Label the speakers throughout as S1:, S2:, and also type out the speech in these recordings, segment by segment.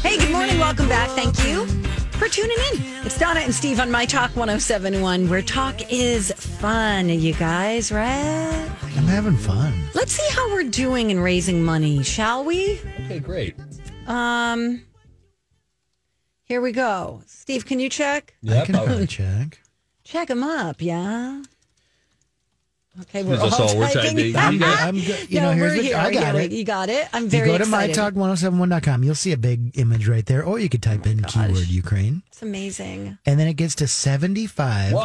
S1: Hey, good morning. Welcome back. Thank you for tuning in. It's Donna and Steve on My Talk 1071, where talk is fun, you guys, right?
S2: I'm having fun.
S1: Let's see how we're doing in raising money, shall we?
S2: Okay, great.
S1: Um, here we go. Steve, can you check?
S2: I can probably check.
S1: Check them up, yeah? Okay, we're
S3: Is this
S1: all
S3: all we're
S1: typing.
S3: typing?
S2: I'm good. I'm good. You know,
S1: no,
S2: here's
S1: we're
S2: the,
S1: here.
S2: I got
S1: get
S2: it.
S1: You got it. I'm
S2: You
S1: very
S2: go to
S1: excited.
S2: mytalk1071.com, you'll see a big image right there, or you could type in keyword Ukraine,
S1: It's amazing.
S2: and then it gets to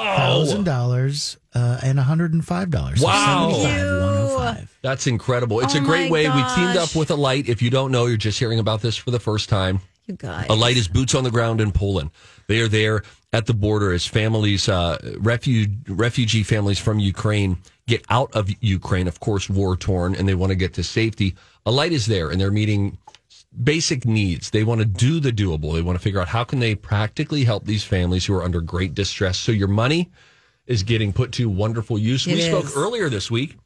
S2: $75,000 uh, and $105. So
S3: Wow.
S2: 75,
S1: Ew.
S2: 105.
S3: That's incredible. It's
S1: Oh
S3: a great
S1: my
S3: way. We teamed
S1: gosh.
S3: up with a light. If you don't know, you're just hearing about this for the first time.
S1: You guys.
S3: A light is boots on the ground in Poland. They are there at the border as families, uh, refuge, refugee families from Ukraine get out of Ukraine, of course, war torn, and they want to get to safety. A light is there and they're meeting basic needs. They want to do the doable. They want to figure out how can they practically help these families who are under great distress. So your money is getting put to wonderful use. we
S1: It is.
S3: spoke earlier this week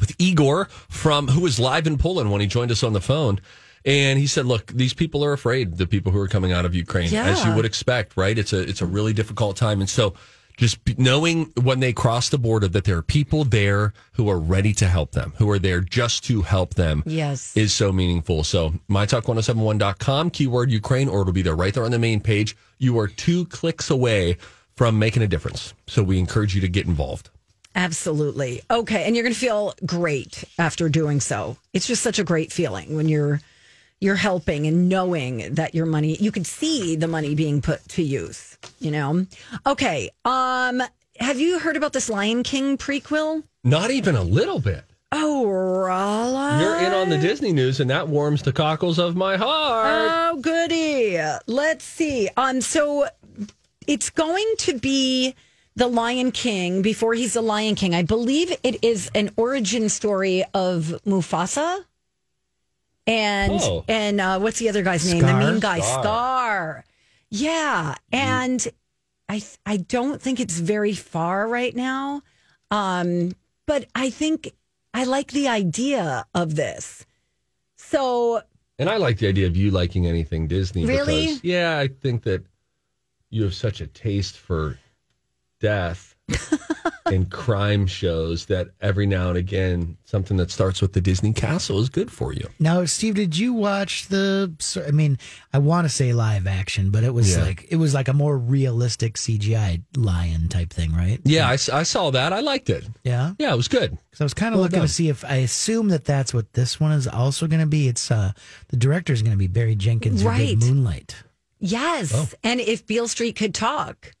S3: with Igor from who was live in Poland when he joined us on the phone. And he said, "Look, these people are afraid. The people who are coming out of Ukraine, as you
S1: Yeah.
S3: would expect, right? It's a it's a really difficult time, and so just be- knowing when they cross the border that there are people there who are ready to help them, who are there just to help them,
S1: Yes.
S3: is so meaningful. So mytalk1071.com, keyword Ukraine, or it'll be there right there on the main page. You are two clicks away from making a difference. So we encourage you to get involved.
S1: Absolutely. Okay. And you're going to feel great after doing so. It's just such a great feeling when you're you're helping and knowing that your money you can see the money being put to use, you know. Okay. Um have you heard about this Lion King prequel?
S3: Not even a little bit.
S1: Oh, Rala.
S3: You're in on the Disney news, and that warms the cockles of my heart.
S1: Oh, goody. Let's see. Um, so it's going to be the Lion King before he's the Lion King. I believe it is an origin story of Mufasa. And
S3: Whoa.
S1: and uh, what's the other guy's name? The
S2: Scar?
S1: mean guy, Scar.
S3: Scar.
S1: Yeah, and I I don't think it's very far right now. Um, but I think I like the idea of this. So
S3: And I like the idea of you liking anything Disney.
S1: Really?
S3: Because, yeah, I think that you have such a taste for death and crime shows that every now and again, something that starts with the Disney castle is good for you.
S2: Now, Steve, did you watch the? so- I mean, I want to say live action, but it was
S3: Yeah.
S2: like it was like a more realistic CGI lion type thing, right?
S3: Yeah, I, s- I saw that. I liked it.
S2: yeah.
S3: Yeah, it was good.
S2: Because I was kind of looking
S3: done.
S2: to see if I assume that that's what this one is also going to be. It's uh the director is going to be Barry Jenkins, who did
S1: Right.
S2: Moonlight.
S1: Yes. And if Beale Street could talk.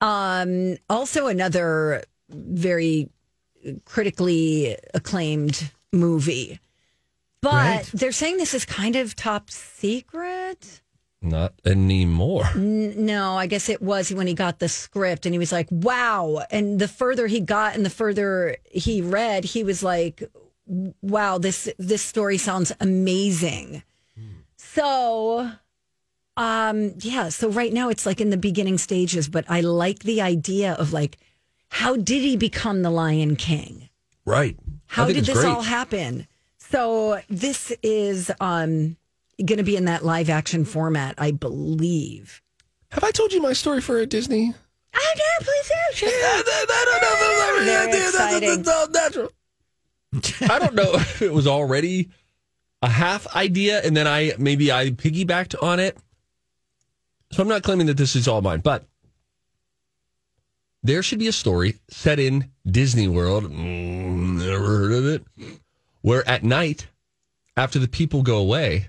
S1: Um, also, another very critically acclaimed movie. But
S2: Right.
S1: they're saying this is kind of top secret.
S3: Not anymore.
S1: N- No, I guess it was when he got the script and he was like, wow. And the further he got and the further he read, he was like, wow, this this story sounds amazing. So um yeah, so right now it's like in the beginning stages, but I like the idea of like how did he become the Lion King?
S3: Right.
S1: How
S3: I think
S1: did
S3: it's
S1: this
S3: great.
S1: all happen? So this is um going to be in that live action format, I believe.
S3: Have I told you my story for a Disney?
S1: I know, Oh, please do. Very
S3: I don't know if it was already a half idea, and then I maybe I piggybacked on it. So I'm not claiming that this is all mine, but there should be a story set in Disney World. Mm, never heard of it. Where at night, after the people go away,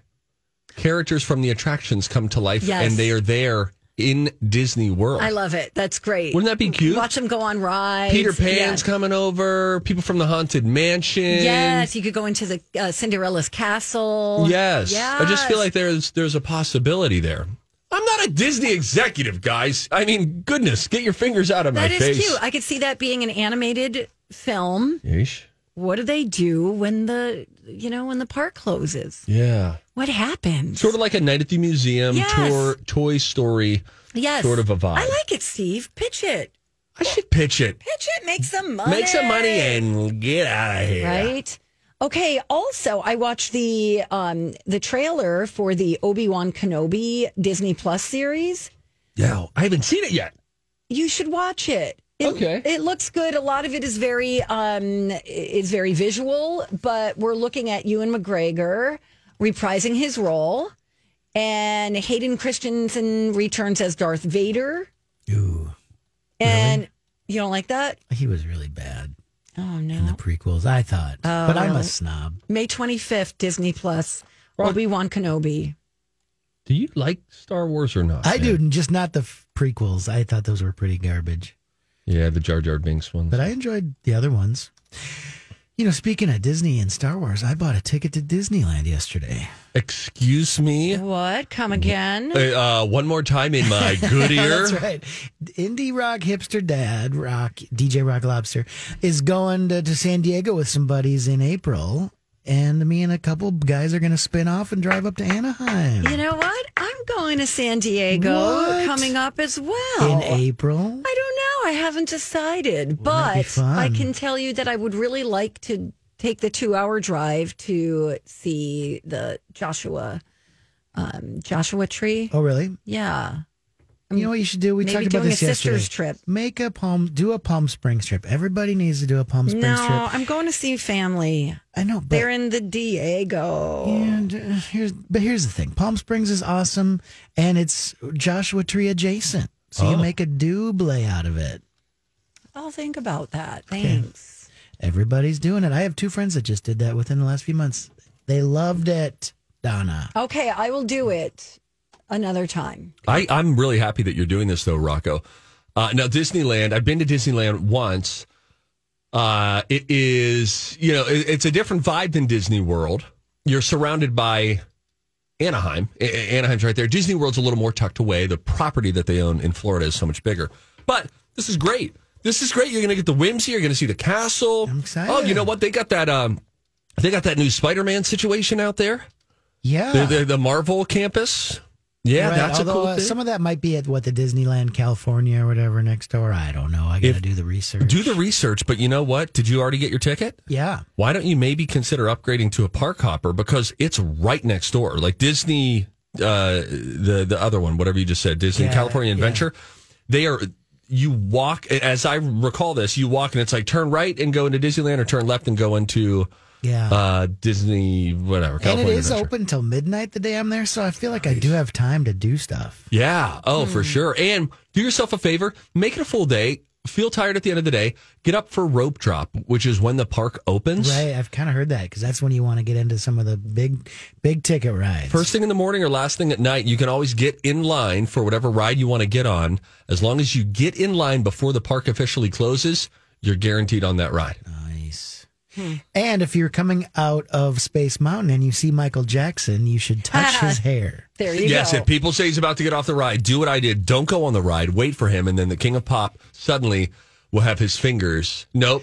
S3: characters from the attractions come to life,
S1: Yes.
S3: and they are there in Disney World.
S1: I love it. That's great.
S3: Wouldn't that be cute?
S1: Watch them go on rides.
S3: Peter Pan's
S1: Yeah.
S3: coming over. People from the Haunted Mansion.
S1: Yes, you could go into the uh, Cinderella's castle.
S3: Yes. I just feel
S1: Yes.
S3: like there's there's a possibility there. I'm not a Disney executive, guys. I mean, goodness, get your fingers out of
S1: that
S3: my
S1: is
S3: face.
S1: cute. I could see that being an animated film.
S3: Yeesh.
S1: What do they do when the you know when the park closes?
S3: Yeah.
S1: What happens?
S3: Sort of like a night at the museum
S1: Yes.
S3: tour, Toy Story.
S1: yes,
S3: sort of a vibe.
S1: I like it, Steve. Pitch it.
S3: I should pitch it.
S1: Pitch it. Make some money.
S3: Make some money eh? and get out of here.
S1: right? Okay. Also, I watched the um the trailer for the Obi Wan Kenobi Disney Plus series.
S3: No, I haven't seen it yet.
S1: You should watch it. It,
S3: Okay.
S1: it looks good. A lot of it is very um is very visual, but we're looking at Ewan McGregor reprising his role, and Hayden Christensen returns as Darth Vader.
S2: Ooh,
S1: And you don't like that?
S2: he was really bad
S1: Oh
S2: in the
S1: no!
S2: prequels. I thought, but I'm a snob.
S1: May twenty fifth, Disney Plus. Obi Wan Kenobi.
S3: Do you like Star Wars or not?
S2: I
S3: man?
S2: do, just not the f- prequels. I thought those were pretty garbage,
S3: Yeah, the Jar Jar Binks one.
S2: but I enjoyed the other ones. You know, speaking of Disney and Star Wars, I bought a ticket to Disneyland yesterday.
S3: Excuse me.
S1: What? Come again?
S3: Uh, one more time in my good
S2: Oh,
S3: ear.
S2: that's right. Indie rock hipster dad, rock DJ Rock Lobster, is going to, to San Diego with some buddies in April, and me and a couple guys are going to spin off and drive up to Anaheim
S1: You know what? I'm going to San Diego
S2: What?
S1: coming up as well.
S2: in April.
S1: I don't know. I haven't decided,
S2: that be
S1: but I
S2: fun?
S1: can tell you that I would really like to take the two-hour drive to see the Joshua um, Joshua tree.
S2: Oh, really?
S1: Yeah,
S2: You know what you should do? We
S1: maybe
S2: talked about
S1: doing
S2: this
S1: a
S2: yesterday.
S1: sister's trip.
S2: Make a palm, do a Palm Springs trip. Everybody needs to do a Palm Springs
S1: no,
S2: trip.
S1: I'm going to see family.
S2: I know, but
S1: They're in the Diego.
S2: and uh, here's but here's the thing: Palm Springs is awesome, and it's Joshua Tree adjacent, so you make a double out of it.
S1: I'll think about that. Thanks.
S2: Everybody's doing it. I have two friends that just did that within the last few months. They loved it, Donna.
S1: Okay, I will do it another time.
S3: I, I'm really happy that you're doing this, though, Rocco. Uh, now, Disneyland, I've been to Disneyland once. Uh, it is, you know, it, it's a different vibe than Disney World. You're surrounded by Anaheim. A- A- Anaheim's right there. Disney World's a little more tucked away. The property that they own in Florida is so much bigger. But this is great. This is great. You're going to get the whimsy. You're going to see the castle.
S2: I'm excited.
S3: Oh, you know what? They got that. Um, they got that new Spider-Man situation out there.
S2: Yeah.
S3: The, the, the Marvel campus. Yeah,
S2: Right,
S3: that's
S2: although,
S3: a cool
S2: uh,
S3: thing.
S2: Some of that might be at what the Disneyland California or whatever next door. I don't know. I got to
S3: If-
S2: do the research.
S3: Do the research, but you know what? Did you already get your ticket?
S2: yeah.
S3: Why don't you maybe consider upgrading to a park hopper because it's right next door? Like Disney, uh, the the other one, whatever you just said, Disney
S2: Yeah,
S3: California
S2: yeah.
S3: Adventure. They are. You walk, as I recall this, you walk and it's like turn right and go into Disneyland, or turn left and go into
S2: Yeah.
S3: uh, Disney, whatever. California
S2: and it is
S3: Adventure.
S2: open till midnight the day I'm there, so I feel like I do have time to do stuff.
S3: Yeah. Oh,
S1: Hmm.
S3: for sure. And do yourself a favor, make it a full day. Feel tired at the end of the day. Get up for rope drop, which is when the park opens.
S2: Right? I've kind of heard that because that's when you want to get into some of the big, big ticket rides.
S3: First thing in the morning or last thing at night, you can always get in line for whatever ride you want to get on. As long as you get in line before the park officially closes, you're guaranteed on that ride.
S2: nice. And if you're coming out of Space Mountain and you see Michael Jackson, you should touch his hair.
S1: There you
S3: yes,
S1: go.
S3: if people say he's about to get off the ride, do what I did. Don't go on the ride. Wait for him, and then the king of pop suddenly will have his fingers. Nope.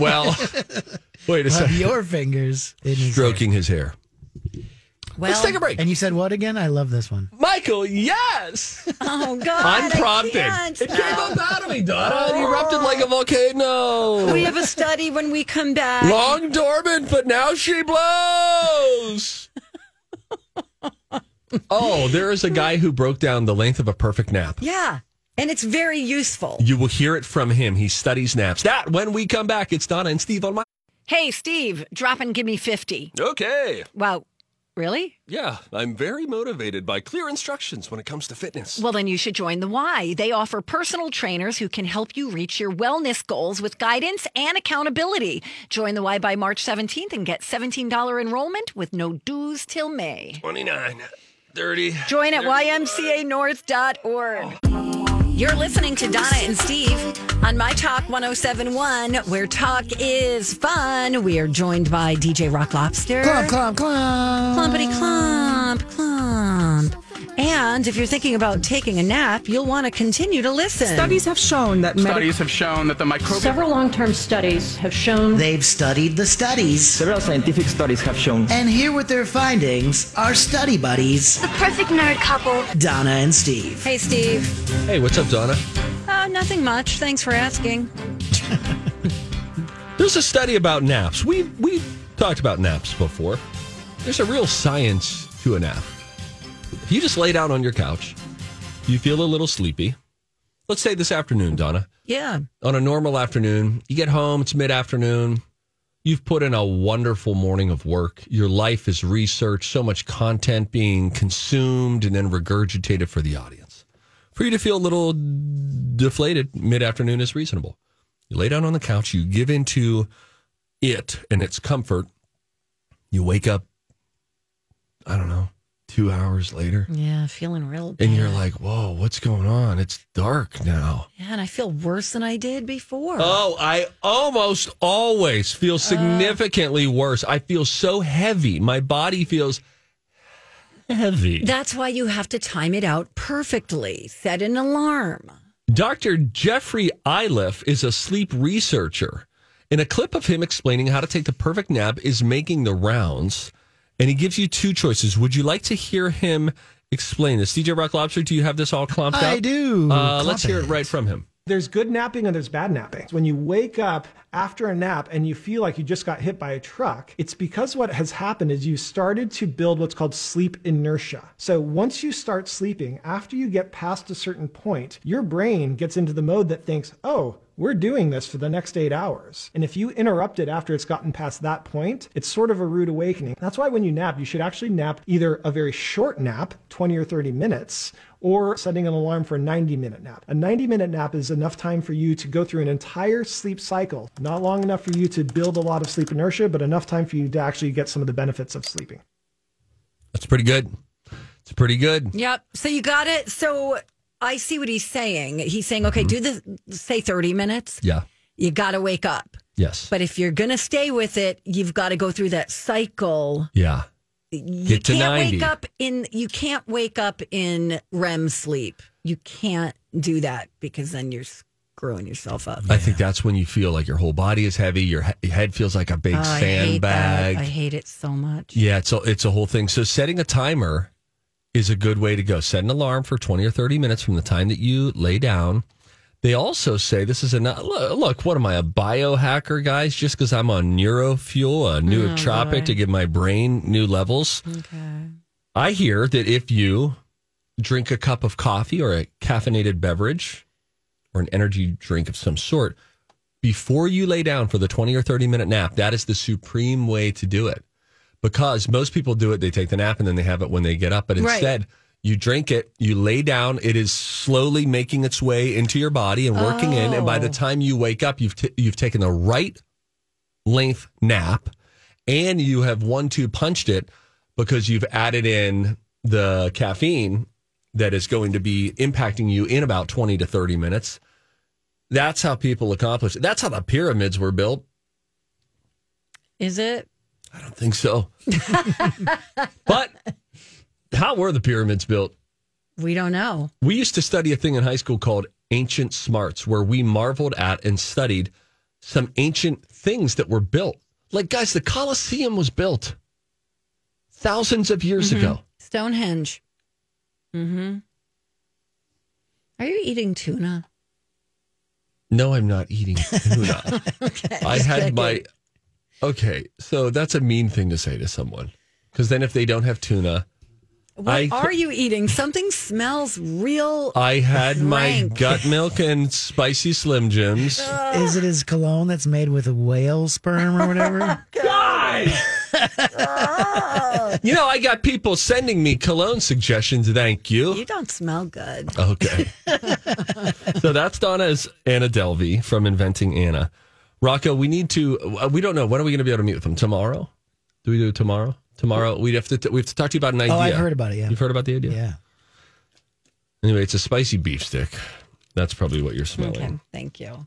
S3: Well, wait a
S2: Have
S3: second.
S2: your fingers in his hair.
S3: Stroking his hair.
S1: well,
S3: Let's take a break.
S2: And you said what again? I love this one.
S3: Michael, yes.
S1: Oh God! I
S3: Unprompted.
S1: can't.
S3: It came up out of me, Donna. It erupted like a volcano.
S1: We have a study when we come back.
S3: Long dormant, but now she blows. oh, there is a guy who broke down the length of a perfect nap.
S1: Yeah, and it's very useful.
S3: You will hear it from him. He studies naps. That when we come back, it's Donna and Steve on my.
S1: Hey, Steve, drop and give me fifty.
S3: Okay.
S1: Wow,
S4: Really?
S3: Yeah, I'm very motivated by clear instructions when it comes to fitness.
S4: Well, then you should join the Y. They offer personal trainers who can help you reach your wellness goals with guidance and accountability. Join the Y by March 17th and get $17 enrollment with no dues till May.
S3: 29, 30.
S4: Join at ymcanorth.org. You're listening to Donna and Steve on My Talk 1071, where talk is fun. We are joined by DJ Rock Lobster.
S2: Clomp, clomp, clomp.
S4: Clumpity clump, clump. And if you're thinking about taking a nap, you'll want to continue to listen.
S5: Studies have shown that medical
S6: Studies have shown that the microbial
S7: Several long term studies have shown
S2: They've studied the studies.
S8: Several scientific studies have shown
S2: And here with their findings are study buddies,
S9: The perfect nerd couple.
S2: Donna and Steve.
S4: Hey, Steve.
S3: Hey, what's up, Donna?
S4: Oh, nothing much. Thanks for asking.
S3: There's a study about naps. We we talked about naps before. There's a real science to a nap. If you just lay down on your couch, you feel a little sleepy. Let's say this afternoon, Donna.
S1: Yeah.
S3: On a normal afternoon, you get home, it's mid afternoon. You've put in a wonderful morning of work. Your life is research, so much content being consumed and then regurgitated for the audience. For you to feel a little deflated mid afternoon is reasonable. You lay down on the couch, you give in to it and its comfort. You wake up, I don't know, two hours later,
S4: Yeah, feeling real bad.
S3: and you're like, whoa, what's going on? It's dark now.
S4: yeah, and I feel worse than I did before.
S3: Oh, I almost always feel significantly worse. I feel so heavy. My body feels heavy.
S4: That's why you have to time it out perfectly. Set an alarm.
S3: Dr. Jeffrey Iliff is a sleep researcher. And a clip of him explaining how to take the perfect nap is making the rounds. And he gives you two choices. Would you like to hear him explain this? DJ Rock Lobster, do you have this all clumped up?
S2: I do.
S3: Uh,
S2: Clump
S3: let's hear it right from him.
S10: there's good napping and there's bad napping. When you wake up after a nap and you feel like you just got hit by a truck, it's because what has happened is you started to build what's called sleep inertia. So once you start sleeping, after you get past a certain point, your brain gets into the mode that thinks, oh, we're doing this for the next eight hours. And if you interrupt it after it's gotten past that point, it's sort of a rude awakening. That's why when you nap, you should actually nap either a very short nap, 20 or 30 minutes, or setting an alarm for a 90 minute nap. A 90 minute nap is enough time for you to go through an entire sleep cycle, not long enough for you to build a lot of sleep inertia, but enough time for you to actually get some of the benefits of sleeping.
S3: That's pretty good. It's pretty good.
S1: Yep. So you got it. So I see what he's saying. He's saying, okay, do this, say 30 minutes.
S3: Mm-hmm. Yeah.
S1: You got to wake up.
S3: Yes.
S1: But if you're going to stay with it, you've got to go through that cycle.
S3: yeah.
S1: You
S3: Get to
S1: can't
S3: 90.
S1: wake up in you can't wake up in REM sleep. You can't do that because then you're screwing yourself up.
S3: I think that's when you feel like your whole body is heavy. Your he- head feels like a big
S1: Oh, I hate that. I
S3: sandbag.
S1: hate it so much.
S3: Yeah, it's a, it's a whole thing. So setting a timer is a good way to go. Set an alarm for 20 or 30 minutes from the time that you lay down. They also say this is a look. What am I, a biohacker, guys? Just because I'm on neurofuel,
S1: Oh,
S3: a new nootropic to give my brain new levels. I hear that if you drink a cup of coffee or a caffeinated beverage or an energy drink of some sort before you lay down for the 20 or 30 minute nap, that is the supreme way to do it. Because most people do it, they take the nap and then they have it when they get up. But
S1: Right.
S3: instead, you drink it, you lay down, it is slowly making its way into your body and working in. And by the time you wake up, you've, t- you've taken the right length nap and you have one two punched it because you've added in the caffeine that is going to be impacting you in about 20 to 30 minutes that's how people accomplish it that's how the pyramids were built
S1: Is it?
S3: i don't think so but how were the pyramids built
S1: We don't know.
S3: we used to study a thing in high school called ancient smarts where we marveled at and studied some ancient things that were built like guys the colosseum was built thousands of years ago
S1: Stonehenge. Mhm. Are you eating tuna?
S3: No, I'm not eating tuna. I had my. Okay, so that's a mean thing to say to someone. Because then if they don't have tuna,
S1: What
S3: I- Uh,
S1: are you eating? Something smells real.
S3: I had my
S1: Rank.
S3: gut milk and spicy Slim Jims.
S2: Is it his cologne that's made with a whale sperm or whatever?
S3: You know, I got people sending me cologne suggestions. Thank you.
S1: You don't smell good.
S3: Okay. so that's Donna's Anna Delvey from Inventing Anna. Rocco, we need to. uh, We don't know when are we going to be able to meet with them tomorrow. Do we do it tomorrow? Tomorrow we have to. we have to talk to you about an idea.
S2: Oh, I've heard about it. Yeah.
S3: You've heard about the idea.
S2: Yeah.
S3: Anyway, it's a spicy beef stick. That's probably what you're smelling.
S1: Okay, thank you.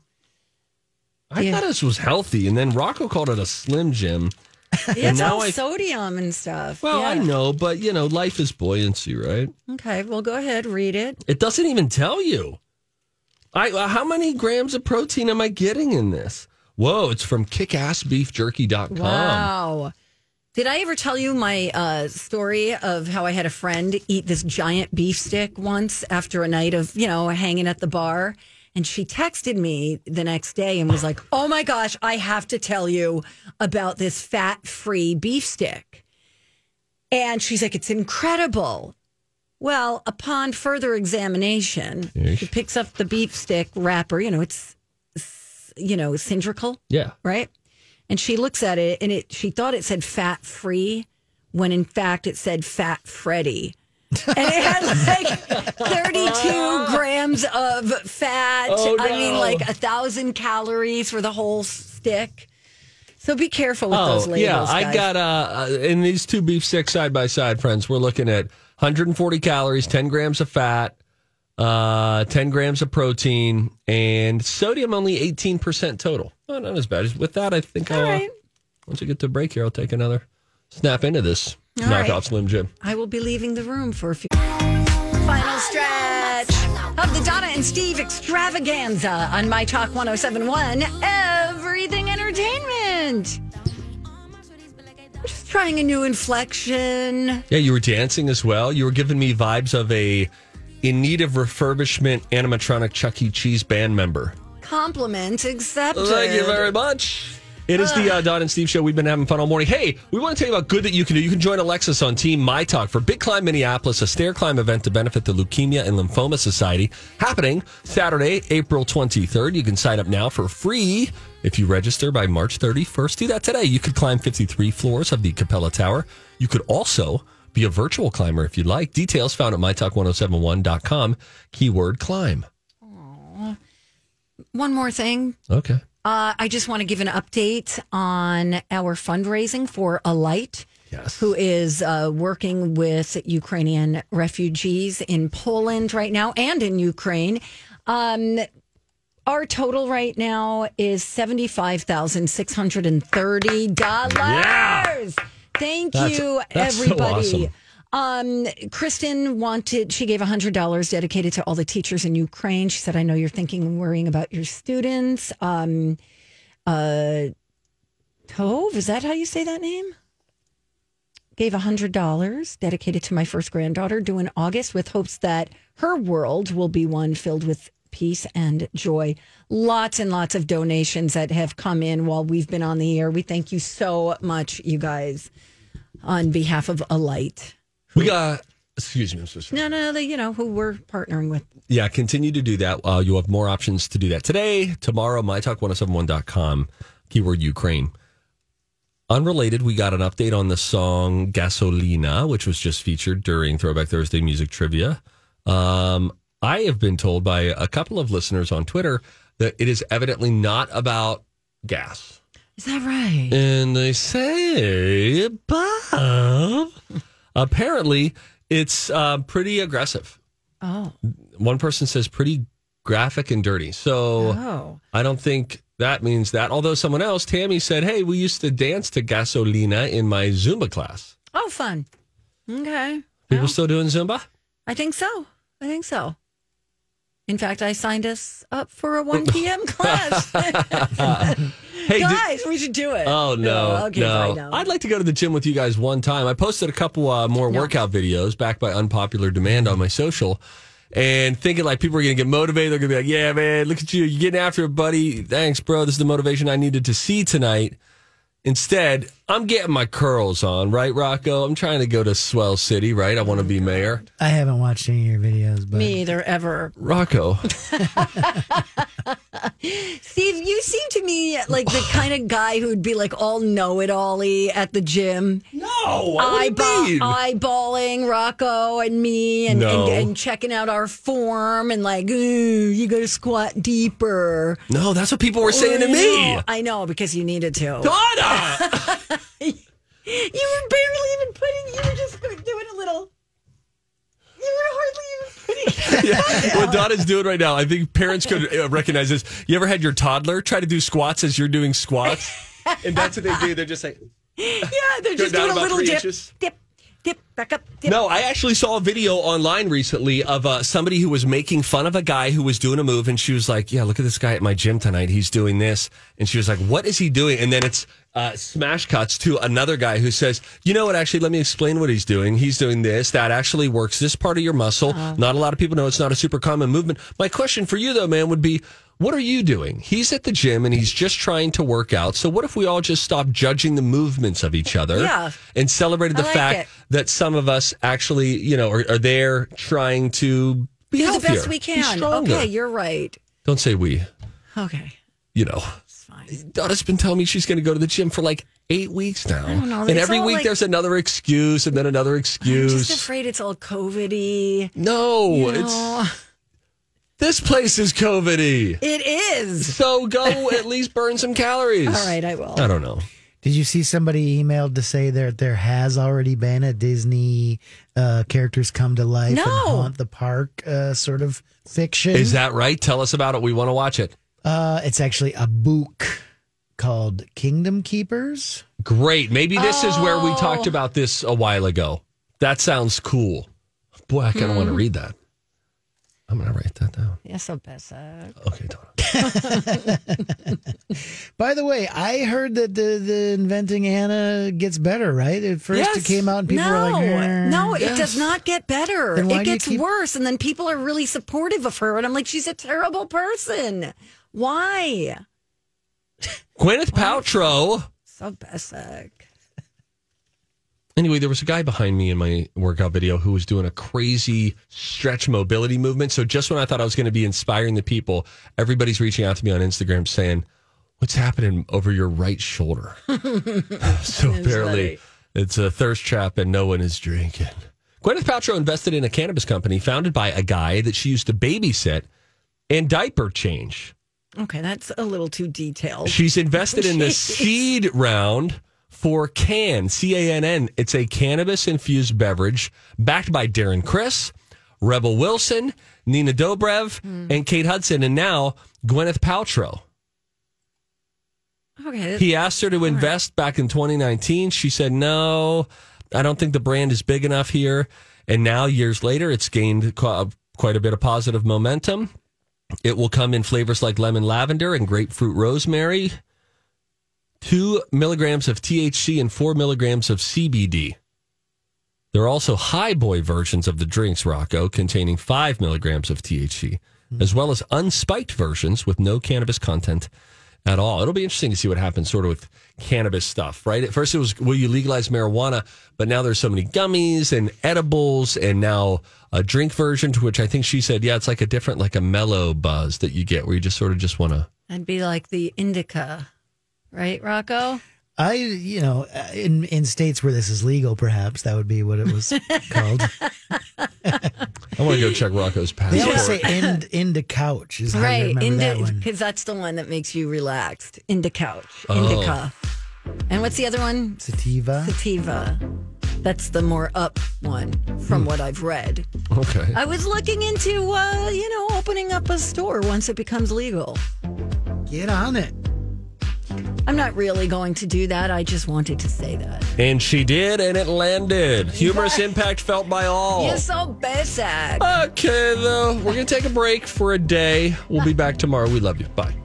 S3: I thought this was healthy, and then Rocco called it a Slim Jim.
S1: it's
S3: now
S1: all
S3: I-
S1: sodium and stuff.
S3: Well, I
S1: Yeah.
S3: know, but you know, life is buoyancy, right?
S1: Okay, well, go ahead, read it.
S3: It doesn't even tell you. I uh, how many grams of protein am I getting in this? Whoa, it's from kickassbeefjerky.com.
S1: Wow. Did I ever tell you my uh, story of how I had a friend eat this giant beef stick once after a night of, you know, hanging at the bar? And she texted me the next day and was like, oh my gosh, I have to tell you about this fat free beef stick. And she's like, it's incredible. Well, upon further examination, she picks up the beef stick wrapper. You know, it's, it's, you know, cylindrical
S3: Yeah.
S1: right? And she looks at it and it she thought it said fat free when in fact it said fat Freddy. And it had like 32 grams of fat.
S3: Oh,
S1: I mean,
S3: no.
S1: like a thousand calories for the whole stick. So be careful with those
S3: Oh,
S1: labels.
S3: yeah. I
S1: guys.
S3: got uh uh, in these two beef sticks side by side, friends. We're looking at 140 calories, 10 grams of fat, uh, 10 grams of protein, and sodium only 18% total. Oh, not as bad. With that, I think I'll, uh,
S1: right.
S3: once I get to break here, I'll take another snap into this
S1: All
S3: knockoff
S1: right.
S3: Slim Jim.
S1: I will be leaving the room for a few. Final stretch of the Donna and Steve extravaganza on My Talk 1071 Everything Entertainment. I'm just trying a new inflection.
S3: Yeah, you were dancing as well. You were giving me vibes of a in need of refurbishment animatronic Chuck E. Cheese band member.
S1: Compliments accepted.
S3: Thank you very much. It is the uh, Don and Steve show. We've been having fun all morning. Hey, we want to tell you about good that you can do. You can join Alexis on Team My Talk for Big Climb Minneapolis, a stair climb event to benefit the Leukemia and Lymphoma Society, happening Saturday, April 23rd. You can sign up now for free if you register by March 31st. Do that today. You could climb 53 floors of the Capella Tower. You could also be a virtual climber if you'd like. Details found at mytalk1071.com, keyword climb.
S1: One more thing.
S3: Okay.
S1: Uh, I just want to give an update on our fundraising for Alight.
S3: Yes.
S1: who is uh, working with Ukrainian refugees in Poland right now and in Ukraine. Um, our total right now is seventy five thousand six hundred and thirty dollars. Thank
S3: That's-
S1: you,
S3: that's so
S1: everybody.
S3: awesome.
S1: Um, Kristen wanted, she gave $100 dedicated to all the teachers in Ukraine. She said, I know you're thinking and worrying about your students. Um, uh, Tove, is that how you say that name? Gave $100 dedicated to my first granddaughter due in August with hopes that her world will be one filled with peace and joy. Lots and lots of donations that have come in while we've been on the air. We thank you so much, you guys, on behalf of Alight.
S3: We got, excuse me, I'm so sorry.
S1: No, no, the, you know, who we're partnering with.
S3: yeah, continue to do that. Uh, you'll have more options to do that today, tomorrow, mytalk1071.com, keyword Ukraine. Unrelated, we got an update on the song Gasolina, which was just featured during Throwback Thursday Music Trivia. Um, I have been told by a couple of listeners on Twitter that it is evidently not about gas.
S1: Is that right?
S3: And they say, Bob, apparently it's uh, pretty aggressive
S1: Oh,
S3: one person says pretty graphic and dirty. So
S1: oh.
S3: I don't think that means that. Although someone else, Tammy, said, Hey, we used to dance to Gasolina in my Zumba class.
S1: Oh, fun. Okay.
S3: People still doing Zumba?
S1: I think so. I think so. In fact, I signed us up for a 1 p.m. class.
S3: Hey, did-
S1: guys, we should do it.
S3: Oh no!
S1: okay,
S3: no.
S1: fine, no.
S3: I'd like to go to the gym with you guys one time. I posted a couple uh, more workout videos backed by unpopular demand on my social, and thinking like people are going to get motivated. They're going to be like, "Yeah, man, look at you! You're getting after it, buddy. Thanks, bro. This is the motivation I needed to see tonight." Instead, I'm getting my curls on, right, Rocco? I'm trying to go to Swell City, right? I want to be mayor.
S2: I haven't watched any of your videos, but
S1: Me either, ever.
S3: Rocco,
S1: Steve, you seem to me like the kind of guy who would be like all know it allie at the gym.
S3: No, I
S1: Eyeball-
S3: mean?
S1: eyeballing Rocco and me and,
S3: No.
S1: and, and checking out our form and like, ooh, you gotta squat deeper.
S3: no, that's what people were saying to me.
S1: I know, because you needed to.
S3: Donna!
S1: You were barely even putting. You were just doing a little. You were hardly even putting.
S3: what Donna's doing right now, I think parents could uh, recognize this. You ever had your toddler try to do squats as you're doing squats? and that's what they do. They're just like,
S1: Yeah, they're just
S3: down
S1: doing a
S3: about
S1: little
S3: three
S1: dip,
S3: inches.
S1: dip, dip, back up, dip.
S3: No, I actually saw a video online recently of uh, somebody who was making fun of a guy who was doing a move, and she was like, "Yeah, look at this guy at my gym tonight. He's doing this," and she was like, "What is he doing?" And then it's uh, smash cuts to another guy who says, "You know what? Actually, let me explain what he's doing. He's doing this. That actually works. This part of your muscle. Not a lot of people know. It's not a super common movement. My question for you though, man, would be." What are you doing? He's at the gym and he's just trying to work out. So, what if we all just stopped judging the movements of each other
S1: Yeah.
S3: and celebrated the
S1: I like
S3: fact
S1: it.
S3: that some of us actually, you know, are, are there trying to
S1: Do
S3: be
S1: the
S3: healthier,
S1: best we
S3: be
S1: can.
S3: stronger.
S1: Okay, you're right.
S3: Don't say we.
S1: Okay.
S3: You know, Donna's been telling me she's going to go to the gym for like eight weeks now,
S1: know.
S3: and
S1: It's
S3: every
S1: all
S3: week
S1: like-
S3: there's another excuse and then another
S1: I'm
S3: excuse.
S1: just afraid it's all COVID-y.
S3: no,
S1: You know.
S3: it's this place is COVIDy.
S1: It is.
S3: So go at least burn some calories.
S1: All right, I will.
S3: I don't know.
S2: Did you see somebody emailed to say that there has already been a Disney uh, characters come to life
S1: No.
S2: and haunt the park uh, sort of fiction?
S3: Is that right? Tell us about it. We want to watch it.
S2: uh, it's actually a book called Kingdom Keepers.
S3: Great. Maybe this is where we talked about this a while ago. That sounds cool. Boy, I kind of want to read that. I'm going to write that down.
S1: Yes, I'll bet so. uh,
S3: Okay, Donna.
S2: By the way, I heard that the, the inventing Anna gets better, right? At first
S3: Yes.
S2: it came out and people
S1: no,
S2: were like, "Eh."
S1: no, it
S3: Yes.
S1: does not get better.
S2: Then why
S1: It
S2: do you
S1: gets
S2: keep-
S1: worse, and then people are really supportive of her, and I'm like, she's a terrible person. Why?
S3: Gwyneth Paltrow.
S1: So basic.
S3: Anyway, there was a guy behind me in my workout video who was doing a crazy stretch mobility movement. So just when I thought I was going to be inspiring the people, everybody's reaching out to me on Instagram saying, "What's happening over your right shoulder?" so apparently, it's a thirst trap, and no one is drinking. Gwyneth Paltrow invested in a cannabis company founded by a guy that she used to babysit and diaper change.
S1: Okay, that's a little too detailed.
S3: She's invested in the seed round for Can, C A N N. It's a cannabis infused beverage backed by Darren Chris, Rebel Wilson, Nina Dobrev, and Kate Hudson, and now Gwyneth Paltrow.
S1: Okay,
S3: He asked her to invest back in 2019. She said, No, I don't think the brand is big enough here. And now, years later, it's gained qu- quite a bit of positive momentum. It will come in flavors like lemon lavender and grapefruit rosemary, two milligrams of THC and four milligrams of CBD. There are also high boy versions of the drinks, Rocco, containing five milligrams of THC, as well as unspiked versions with no cannabis content at all. It'll be interesting to see what happens sort of with cannabis stuff, right? At first it was, will you legalize marijuana? But now there's so many gummies and edibles and now a drink version to which I think she said, yeah, it's like a different, like a mellow buzz that you get where you just sort of just want to.
S1: That'd be like the indica, right, Rocco?
S2: I, you know, uh, in in states where this is legal, perhaps that would be what it was called.
S3: I want to go check Rocco's
S2: They always say
S3: passport.
S2: "end in the couch" is how you remember that one.
S1: because that's the one that makes you relaxed. Indica, couch,
S2: Oh.
S1: indica. And what's the other one?
S2: Sativa.
S1: Sativa. That's the more up one,
S2: Hmm.
S1: from what I've read.
S3: Okay.
S1: I was looking into, uh, you know, opening up a store once it becomes legal.
S2: Get on it.
S1: I'm not really going to do that. I just wanted to say that.
S3: And she did, and it landed. Humorous impact felt by
S2: Oh.
S3: all.
S1: You're so basic.
S3: Okay, though. We're going to take a break for a day. We'll be back tomorrow. We love you. Bye.